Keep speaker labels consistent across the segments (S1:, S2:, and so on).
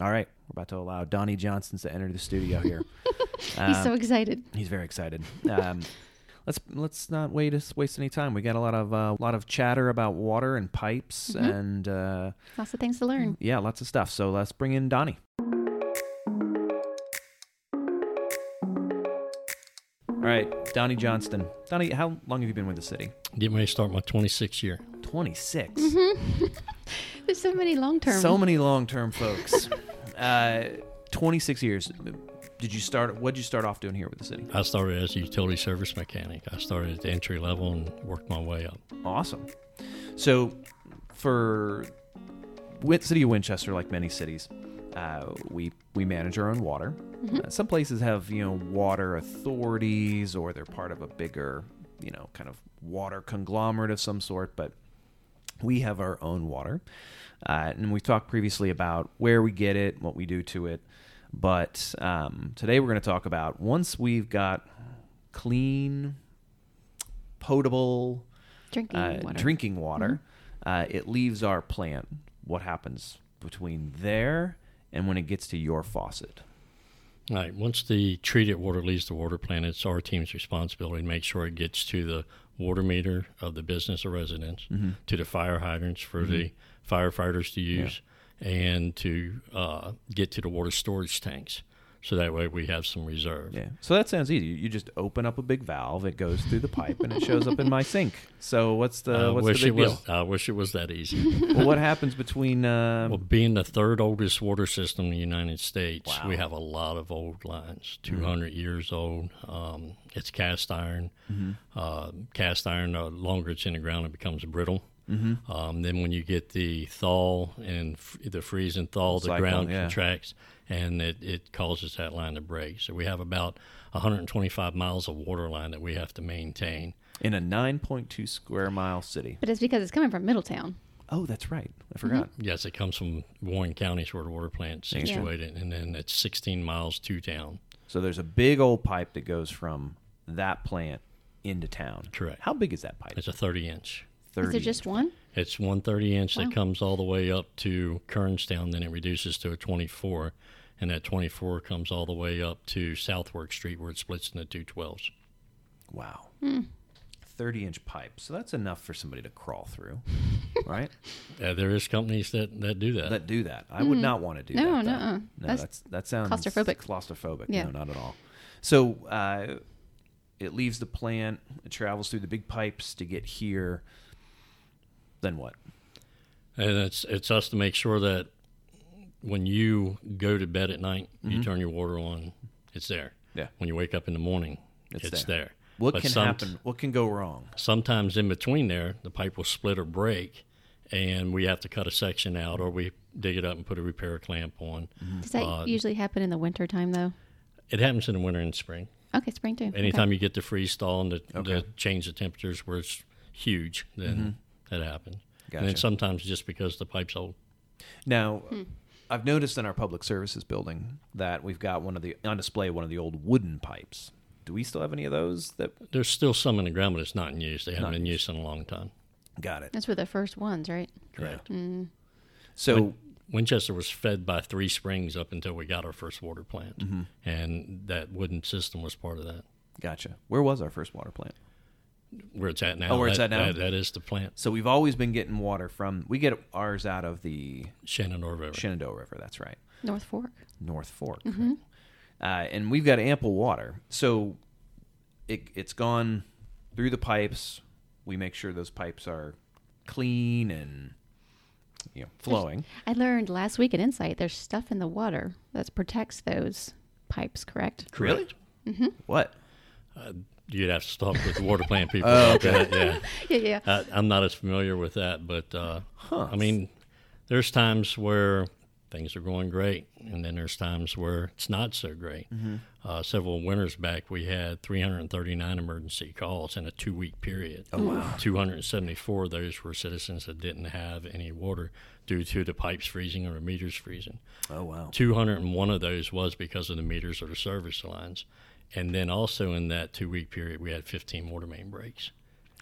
S1: All right, we're about to allow Donnie Johnsons to enter the studio here.
S2: He's
S1: Um,
S2: so excited.
S1: He's very excited. Um, let's let's not wait waste any time. We got a lot of uh, lot of chatter about water and pipes
S2: Mhm.
S1: and uh,
S2: Lots of things to learn.
S1: yeah, lots of stuff. So let's bring in Donnie. All right, Donnie Johnston. Donnie, how long have you been with the city?
S3: Getting ready to start my 26th year.
S1: 26.
S2: There's so many long Mm-hmm. term.
S1: So many long-term folks. uh, 26 years. Did you start? What did you start off doing here with the city?
S3: I started as a utility service mechanic. I started at the entry level and worked my way up.
S1: Awesome. So, for Win- City of Winchester, like many cities, uh, we we manage our own water. Uh, some places have you know water authorities, or they're part of a bigger you know kind of water conglomerate of some sort. But we have our own water, uh, and we talked previously about where we get it, what we do to it. But um, today we're going to talk about once we've got clean, potable,
S2: Drinking
S1: uh,
S2: water. Mm-hmm.
S1: drinking water. Uh, it leaves our plant. What happens between there and when it gets to your faucet?
S3: All right, once the treated water leaves the water plant, it's our team's responsibility to make sure it gets to the water meter of the business or residence,
S1: Mm-hmm.
S3: to the fire hydrants for the firefighters to use, and to uh, get to the water storage tanks. So that way we have some reserve.
S1: Yeah. So that sounds easy. You just open up a big valve. It goes through the pipe and it shows up in my sink. So what's the
S3: I
S1: what's
S3: wish
S1: the
S3: it
S1: big
S3: was.
S1: deal?
S3: I wish it was that easy.
S1: well, what happens between? Uh,
S3: Well, being the third oldest water system in the United States,
S1: Wow. Mm-hmm.
S3: we have a lot of old lines, 200 years old. Um, it's cast iron.
S1: Mm-hmm.
S3: Uh, cast iron, the longer it's in the ground, it becomes brittle.
S1: Mm-hmm.
S3: Um, then when you get the thaw and f- the freeze and thaw, the
S1: Cycle,
S3: ground
S1: yeah.
S3: contracts and it, it causes that line to break. So we have about 125 miles of water line that we have to maintain.
S1: in a 9.2 square mile city.
S2: But it's because it's coming from Middletown.
S1: Oh, that's right. I forgot.
S3: Yes, it comes from Warren County's where the water plant's
S1: Yeah.
S3: situated, and then it's 16 miles to town.
S1: So there's a big old pipe that goes from that plant into town.
S3: Correct.
S1: How big is that pipe?
S3: It's a 30 inch.
S2: Is there just one?
S3: It's one 30 inch
S2: Wow.
S3: that comes all the way up to Kernstown, then it reduces to a 24. And that 24 comes all the way up to Southwark Street where it splits into two 12s.
S1: Wow.
S2: Hmm.
S1: 30 inch pipe. So that's enough for somebody to crawl through, right?
S3: Uh, there is companies that, that do that.
S1: That do that. I would not want to do
S2: Hmm. No,
S1: that. though.
S2: nuh-uh.
S1: No,
S2: That's
S1: that's, that sounds
S2: claustrophobic.
S1: Claustrophobic.
S2: Yeah.
S1: No, not at all. So uh, it leaves the plant, it travels through the big pipes to get here. Then what?
S3: and it's, it's us to make sure that when you go to bed at night, you turn your water on, it's there.
S1: Mm-hmm. Yeah.
S3: When you wake up in the morning,
S1: It's
S3: it's,
S1: there.
S3: there.
S1: What
S3: But
S1: can
S3: some-
S1: happen? What can go wrong?
S3: sometimes in between there, the pipe will split or break, and we have to cut a section out, or we dig it up and put a repair clamp on.
S1: Mm-hmm.
S2: Does that usually happen in the winter time though?
S3: It happens in the winter and spring.
S2: Okay, spring too. Okay.
S3: Anytime you get the freeze thaw and the, the
S1: Okay. Mm-hmm.
S3: change of temperatures where it's huge, then that happens. And then
S1: Gotcha.
S3: sometimes just because the pipe's old.
S1: Now,
S2: Hmm.
S1: I've noticed in our public services building that we've got one of the on display one of the old wooden pipes. Do we still have any of those? That
S3: There's still some in the ground, but it's not in use. They haven't
S1: Not
S3: been
S1: in
S3: used in a long time.
S1: got it.
S2: That's where the first ones, right?
S3: Correct.
S1: So
S3: Winchester was fed by three springs up until we got our first water plant,
S1: Mm-hmm.
S3: and that wooden system was part of that.
S1: Gotcha. Where was our first water plant?
S3: Where it's at now.
S1: Oh, where it's
S3: that-
S1: at now?
S3: that- that is the plant.
S1: So we've always been getting water from. We get ours out of the
S3: Shenandoah River.
S1: Shenandoah River. That's right,
S2: North Fork.
S1: North Fork. Uh, and we've got ample water. So it, it's gone through the pipes. We make sure those pipes are clean and you know flowing.
S2: I learned last week at Insight there's stuff in the water that protects those pipes, correct?
S1: Really? What?
S3: You'd have to talk with the water plant people about that. Yeah,
S2: Yeah, yeah.
S3: I, I'm not as familiar with that, but uh, I mean, there's times where things are going great, and then there's times where it's not so great. Uh, several winters back, we had 339 emergency calls in a two-week period. Oh, wow. 274 of those were citizens that didn't have any water due to the pipes freezing or the meters freezing.
S1: Oh wow.
S3: 201 of those was because of the meters or the service lines. And then also in that two week period, we had 15 water main breaks.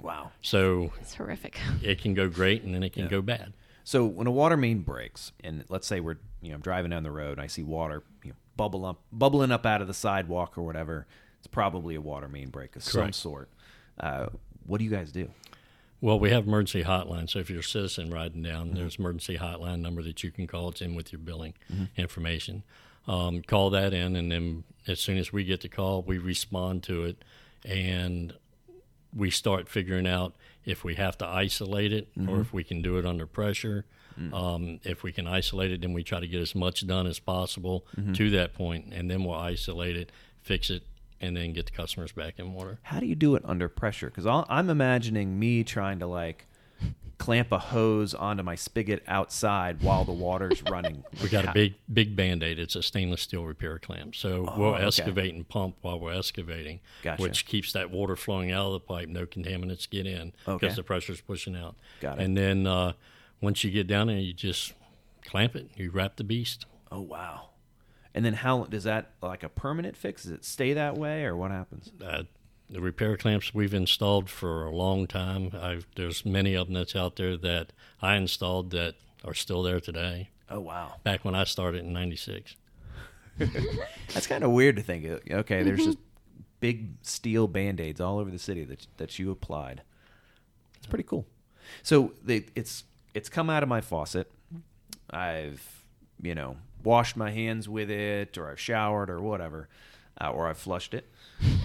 S1: Wow.
S3: So
S2: It's horrific.
S3: it can go great and then it can go bad.
S1: So when a water main breaks, and let's say we're you know driving down the road, and I see water you know, bubble up, bubbling up out of the sidewalk or whatever, it's probably a water main break of some
S3: Correct.
S1: sort. Uh, what do you guys do?
S3: Well, we have emergency hotlines. So if you're a citizen riding down, there's emergency hotline number that you can call. It's in with your billing information. Um, call that in, and then as soon as we get the call, we respond to it, and we start figuring out if we have to isolate it or if we can do it under pressure. Um, if we can isolate it, then we try to get as much done as possible to that point, and then we'll isolate it, fix it, and then get the customers back in water.
S1: How do you do it under pressure? Because I'm imagining me trying to like clamp a hose onto my spigot outside while the water's running.
S3: We got a big big band aid. It's a stainless steel repair clamp. So we'll
S1: Oh, okay.
S3: excavate and pump while we're excavating,
S1: Gotcha.
S3: which keeps that water flowing out of the pipe. No contaminants get in because
S1: Okay.
S3: the pressure's pushing out.
S1: Got it.
S3: And then uh, once you get down there, you just clamp it. You wrap the beast.
S1: Oh wow! And then how does that like a permanent fix? Does it stay that way or what happens?
S3: Uh, the repair clamps we've installed for a long time. I've, there's many of them that's out there that I installed that are still there today.
S1: Oh wow!
S3: Back when I started in '96.
S1: That's kind of weird to think. of. Okay, there's just big steel band aids all over the city that that you applied. It's pretty cool. So they, it's it's come out of my faucet. I've you know washed my hands with it, or I've showered, or whatever, uh, or I've flushed it,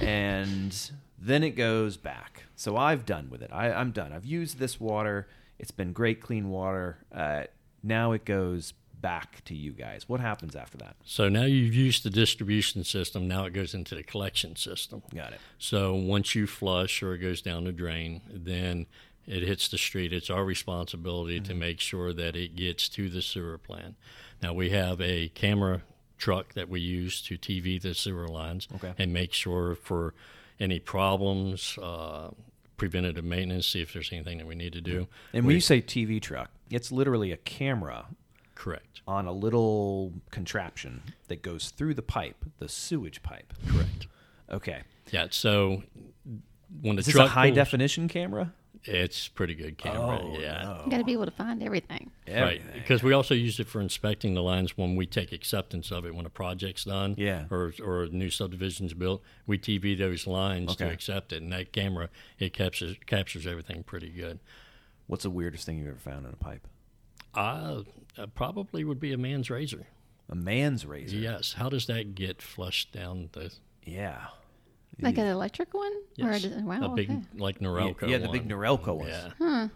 S1: and then it goes back. So I've done with it. I, I'm done. I've used this water. It's been great, clean water. Uh, now it goes back to you guys. What happens after that?
S3: So now you've used the distribution system. Now it goes into the collection system.
S1: Got it.
S3: So once you flush or it goes down the drain, then it hits the street. It's our responsibility to
S1: Mm-hmm.
S3: make sure that it gets to the sewer plant. Now we have a camera truck that we use to TV the sewer lines
S1: Okay.
S3: and make sure for any problems, uh, preventative maintenance, see if there's anything that we need to do.
S1: And when you say TV truck, it's literally a camera
S3: Correct.
S1: on a little contraption that goes through the pipe, the sewage pipe.
S3: Correct.
S1: Okay.
S3: Yeah. So when the
S1: Is this
S3: truck
S1: a high Oh,
S3: pulls-
S1: definition camera?
S3: It's pretty good camera. yeah.
S2: You got to be able to find everything.
S3: Right, because we also use it for inspecting the lines when we take acceptance of it when a project's done,
S1: Yeah.
S3: or or a new subdivision's built. We TV those lines to
S1: Okay.
S3: accept it, and that camera it captures captures everything pretty good.
S1: What's the weirdest thing you've ever found in a pipe?
S3: I uh, probably would be a man's razor.
S1: A man's razor.
S3: Yes, how does that get flushed down the
S1: Yeah.
S2: Like an electric one? Or a,
S3: yes,
S2: dis- wow.
S3: a big
S2: Oh, okay.
S3: like Norelco?
S1: yeah, the big
S3: one.
S1: Norelco ones.
S3: Yeah,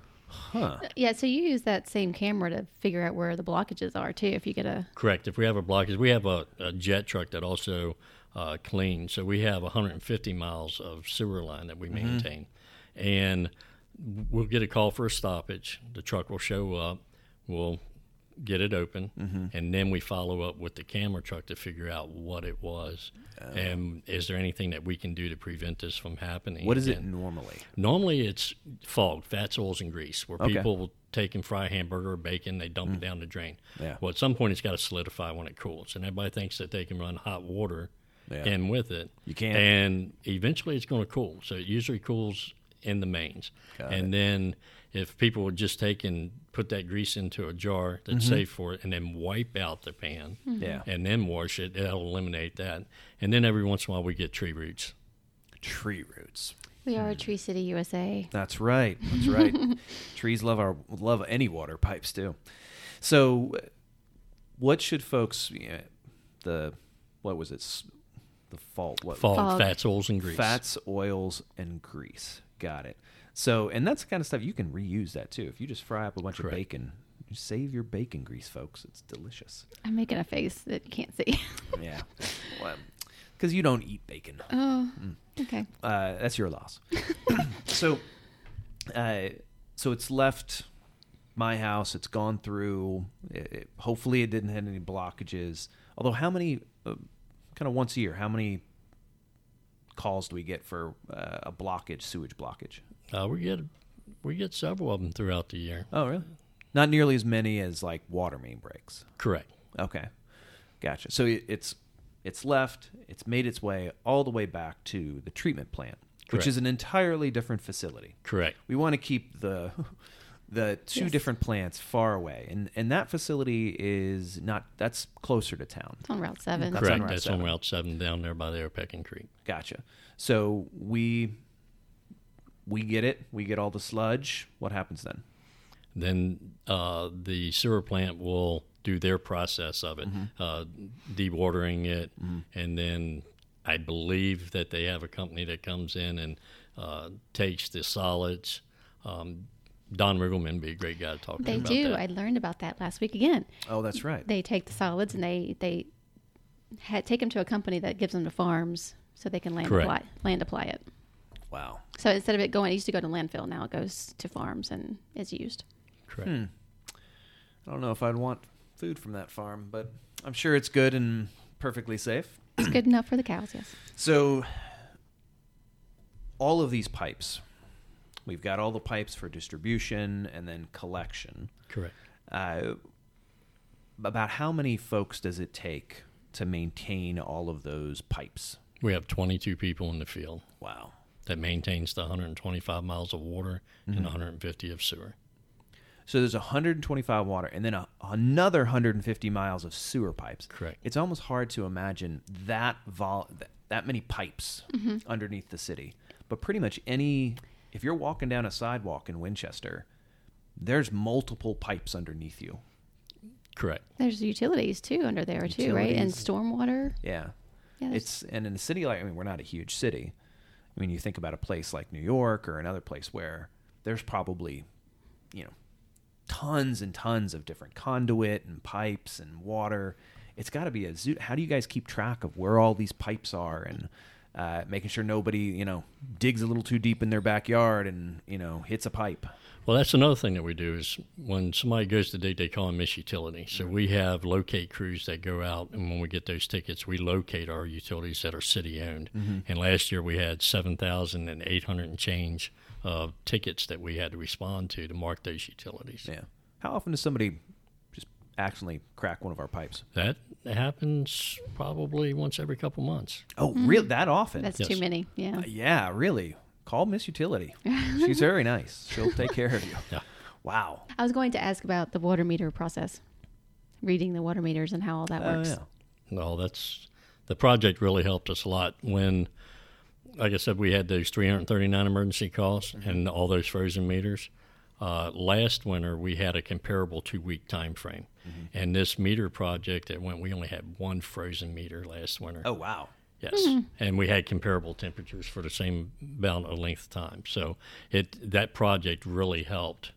S2: Yeah, so you use that same camera to figure out where the blockages are too. If you get a
S3: Correct. If we have a blockage, we have a, a jet truck that also uh, cleans. So we have 150 miles of sewer line that we
S1: Mm-hmm.
S3: maintain, and we'll get a call for a stoppage. The truck will show up. We'll get it open,
S1: Mm-hmm.
S3: and then we follow up with the camera truck to figure out what it was,
S1: Oh.
S3: and is there anything that we can do to prevent this from happening?
S1: What is
S3: again?
S1: it normally?
S3: Normally, it's fog, fats, oils, and grease, where
S1: Okay. Mm.
S3: people will take and fry hamburger or bacon, they dump it down the drain.
S1: Yeah.
S3: Well, at some point, it's got to solidify when it cools, and everybody thinks that they can run hot water
S1: Yeah.
S3: in with it.
S1: You can't.
S3: And eventually, it's going to cool. So it usually cools in the mains. and then if people would just take and put that grease into a jar that's
S1: Mm-hmm.
S3: safe for it, and then wipe out the pan,
S1: Yeah.
S3: and then wash it, that'll eliminate that. And then every once in a while, we get tree roots.
S1: Tree roots.
S2: we
S3: Mm.
S2: are a Tree City USA.
S1: That's right. That's right. Trees love our love any water pipes too. So, what should folks yeah, the what was it? S- The fault. What
S3: Fog,
S2: Fog.
S3: fats, oils, and grease.
S1: fats, oils, and grease. Got it. So, and that's the kind of stuff you can reuse that too. If you just fry up a bunch of
S3: Correct.
S1: bacon, you save your bacon grease, folks. It's delicious.
S2: I'm making a face that you can't see.
S1: Yeah. Because you don't eat bacon.
S2: oh,
S3: Mm.
S2: okay.
S1: Uh, that's your loss. so, uh, so it's left my house. It's gone through. It, it- hopefully, it didn't have any blockages. Although, how many uh, kind of once a year? How many calls do we get for uh, a blockage, sewage blockage?
S3: Uh, we get we get several of them throughout the year.
S1: Oh, really? Not nearly as many as like water main breaks.
S3: Correct.
S1: Okay, gotcha. So it, it's it's left. It's made its way all the way back to the treatment plant, which
S3: Correct.
S1: is an entirely different facility.
S3: Correct.
S1: We want to keep the the two
S2: Yes.
S1: different plants far away, and and that facility is not that's closer to town.
S2: It's on Route 7.
S1: That's on
S3: Correct.
S1: Route
S3: That's on
S1: 7.
S3: Route 7 down there by the Airpecan Creek.
S1: Gotcha. So we we get it. We get all the sludge. What happens then?
S3: Then uh, the sewer plant will do their process of it, uh, dewatering it, and then I believe that they have a company that comes in and uh, takes the solids. Um, Don Riggleman would be a great guy to talk to
S2: They
S3: about
S2: do.
S3: that.
S2: I learned about that last week again.
S1: Oh, that's right.
S2: They take the solids and they they ha- take them to a company that gives them to farms so they can land
S3: Correct.
S2: apply land apply it.
S1: Wow.
S2: So instead of it going, it used to go to landfill. Now it goes to farms and is used.
S3: Correct.
S1: I don't know if I'd want food from that farm, but I'm sure it's good and perfectly safe.
S2: It's good enough for the cows. Yes.
S1: So, all of these pipes, we've got all the pipes for distribution and then collection.
S3: Correct.
S1: Uh, about how many folks does it take to maintain all of those pipes?
S3: We have 22 people in the field
S1: Wow.
S3: that maintains the 125 miles of water and 150 of sewer.
S1: So there's 125 water and then a, another 150 miles of sewer pipes.
S3: Correct.
S1: It's almost hard to imagine that vol that, that many pipes underneath the city. But pretty much any if you're walking down a sidewalk in Winchester, there's multiple pipes underneath you.
S3: Correct.
S2: There's utilities too under there too, right? And stormwater.
S1: Yeah.
S2: Yeah, there's-
S1: It's and in a city like I mean we're not a huge city. I mean you think about a place like New York or another place where there's probably you know tons and tons of different conduit and pipes and water. It's got to be a zoo. How do you guys keep track of where all these pipes are and uh, making sure nobody you know digs a little too deep in their backyard and you know hits a pipe?
S3: Well, that's another thing that we do is when somebody goes to dig, they call them misutility. So we have locate crews that go out, and when we get those tickets, we locate our utilities that are city owned. And last year we had 7,800 and change of tickets that we had to respond to to mark those utilities.
S1: Yeah. How often does somebody just accidentally crack one of our pipes?
S3: That happens probably once every couple months.
S1: Oh, real that often?
S2: That's
S3: Yes.
S2: too many. Yeah.
S1: Yeah, really. Call Miss Utility. She's very nice. She'll take care of you.
S3: Yeah.
S1: Wow.
S2: I was going to ask about the water meter process, reading the water meters and how all that
S1: Oh,
S2: works.
S1: yeah.
S3: No, that's the project really helped us a lot when, like I said, we had those 339 emergency calls and all those frozen meters. Uh, last winter, we had a comparable two week time frame. And this meter project that went, we only had one frozen meter last winter.
S1: Oh, wow.
S3: Yes, and we had comparable temperatures for the same amount of length of time. So it that project really helped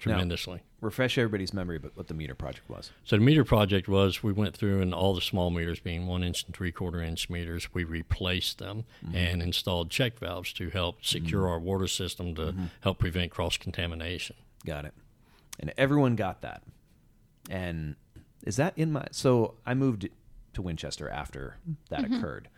S3: tremendously.
S1: Refresh everybody's memory about what the meter project was.
S3: So the meter project was we went through and all the small meters being one inch and three quarter inch meters, we replaced them and installed check valves to help secure our water system to help prevent cross contamination.
S1: Got it. And everyone got that. And is that in my. So I moved to Winchester after that occurred.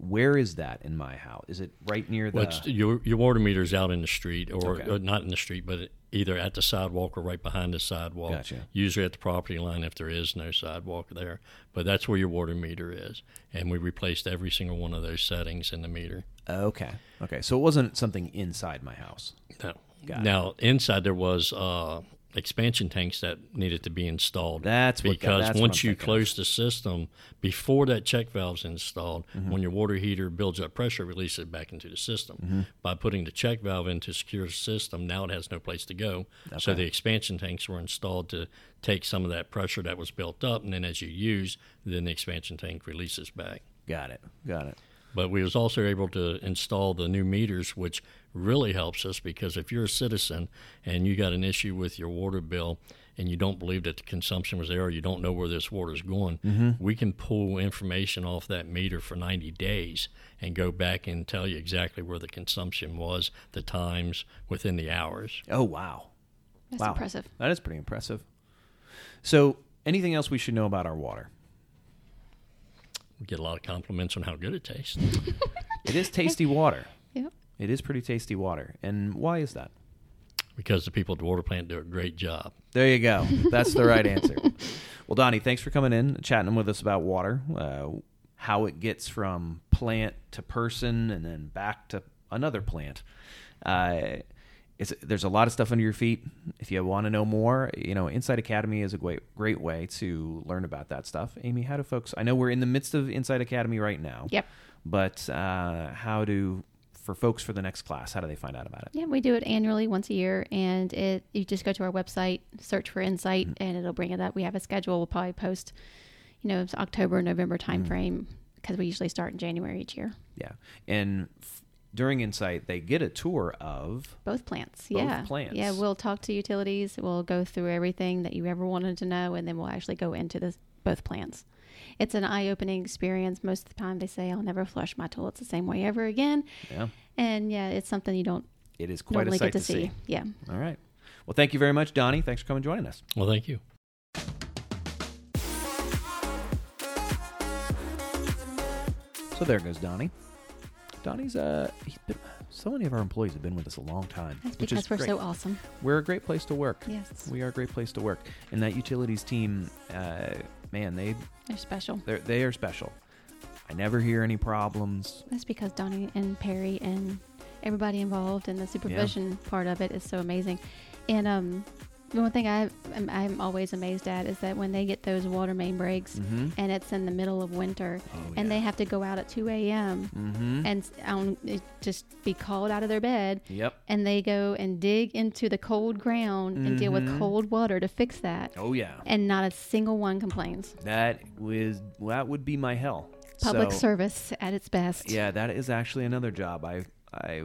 S1: Where is that in my house? Is it right near the.
S3: Well, it's, your your water meter's out in the street or,
S1: Okay.
S3: or not in the street, but either at the sidewalk or right behind the sidewalk.
S1: Gotcha.
S3: Usually at the property line if there is no sidewalk there, but that's where your water meter is, and we replaced every single one of those settings in the meter.
S1: okay. Okay. So it wasn't something inside my house.
S3: No.
S1: Got it.
S3: now inside there was uh, expansion tanks that needed to be installed.
S1: That's what-
S3: because
S1: that's what
S3: once
S1: I'm
S3: you
S1: thinking of.
S3: close the system, before that check valve's installed,
S1: Mm-hmm.
S3: when your water heater builds up pressure, releases it back into the system.
S1: Mm-hmm.
S3: By putting the check valve into secure the system, now it has no place to go. So the expansion tanks were installed to take some of that pressure that was built up, and then as you use, then the expansion tank releases back.
S1: Got it. Got it.
S3: But we was also able to install the new meters, which really helps us because if you're a citizen and you got an issue with your water bill and you don't believe that the consumption was there or you don't know where this water is going, we can pull information off that meter for 90 days and go back and tell you exactly where the consumption was, the times, within the hours.
S1: Oh, wow.
S2: That's
S1: Wow.
S2: impressive.
S1: That is pretty impressive. So, anything else we should know about our water?
S3: We get a lot of compliments on how good it tastes.
S1: It is tasty water.
S2: Yep.
S1: It is pretty tasty water. And why is that?
S3: Because the people at the water plant do a great job.
S1: There you go. That's the right answer. Well, Donnie, thanks for coming in, chatting with us about water, uh, how it gets from plant to person and then back to another plant. Uh, it's there's a lot of stuff under your feet. If you want to know more, you know, Inside Academy is a great great way to learn about that stuff. Amy, how do folks? I know we're in the midst of Inside Academy right now.
S2: Yep.
S1: But uh, how do for folks for the next class? How do they find out about it?
S2: Yeah, we do it annually once a year, and it you just go to our website, search for Insight,
S1: Mm.
S2: and it'll bring it up. We have a schedule. We'll probably post, you know, it's October November
S1: Mm.
S2: timeframe because we usually start in January each year.
S1: Yeah. And f- during Insight, they get a tour of
S2: Both plants,
S1: Both
S2: yeah,
S1: plants.
S2: yeah. We'll talk to utilities. We'll go through everything that you ever wanted to know, and then we'll actually go into the both plants. It's an eye-opening experience. Most of the time, they say, "I'll never flush my toilets the same way ever again,"
S1: yeah.
S2: and yeah, it's something you don't
S1: It is quite a
S2: normally
S1: sight
S2: get
S1: to,
S2: to see. Yeah.
S1: see. All right. Well, thank you very much, Donnie. Thanks for coming and joining us.
S3: Well, thank you.
S1: So there goes Donnie. Donnie's uh, he's been, so many of our employees have been with us a long time,
S2: That's
S1: which
S2: because
S1: is
S2: we're
S1: great.
S2: so awesome.
S1: We're a great place to work.
S2: Yes.
S1: We are a great place to work, and that utilities team, uh, man, they
S2: They're special.
S1: they're, they are special. I never hear any problems.
S2: That's because Donnie and Perry and everybody involved in the supervision part of it is so amazing. And um, the one thing I, I'm, I'm always amazed at is that when they get those water main breaks
S1: Mm-hmm.
S2: and it's in the middle of winter
S1: Oh,
S2: and they have to go out at 2 a.m.
S1: Mm-hmm.
S2: and s- on, it just be called out of their bed
S1: Yep.
S2: and they go and dig into the cold ground and deal with
S1: Mhm.
S2: cold water to fix that.
S1: Oh yeah.
S2: And not a single one complains.
S1: That was that would be my hell.
S2: Public
S1: So-
S2: service at its best.
S1: Yeah, that is actually another job I I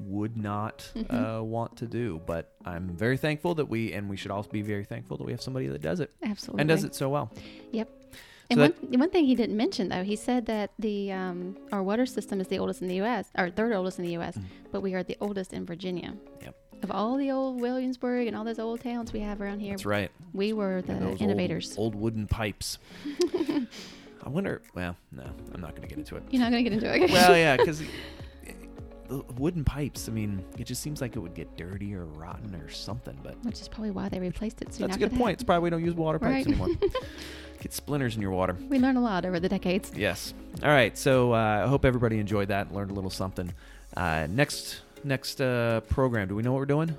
S1: would not
S2: Mm-hmm.
S1: uh, want to do, but I'm very thankful that we and we should also be very thankful that we have somebody that does it
S2: Absolutely.
S1: and does it so well.
S2: Yep. And
S1: that-
S2: one, one thing he didn't mention though, he said that the um, our water system is the oldest in the U.S. or third oldest in the U.S., but we are the oldest in Virginia.
S1: Mm-hmm. Yep.
S2: Of all the old Williamsburg and all those old towns we have around here,
S1: That's right.
S2: we were the
S1: And those old-
S2: innovators.
S1: Old, wooden pipes. I wonder. Well, no, I'm not going to get into it.
S2: You're not going to get into it.
S1: Well, yeah, because wooden pipes. I mean, it just seems like it would get dirty or rotten or something. But
S2: Which is probably why they replaced it soon
S1: that's a
S2: after
S1: good
S2: that.
S1: point. It's probably we don't use water pipes
S2: Right.
S1: anymore. get splinters in your water.
S2: We learn a lot over the decades.
S1: Yes. All right. So uh, I hope everybody enjoyed that and learned a little something. Uh, next next uh, program. Do we know what we're doing?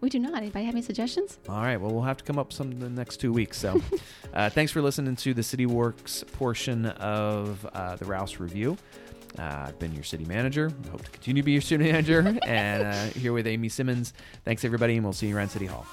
S2: We do not. Anybody have any suggestions?
S1: All right. Well, we'll have to come up some in the next two weeks. So uh, thanks for listening to the City Works portion of uh, the Rouse Review. Uh, I've been your city manager. I hope to continue to be your city manager. and uh, here with Amy Simmons. Thanks, everybody, and we'll see you around City Hall.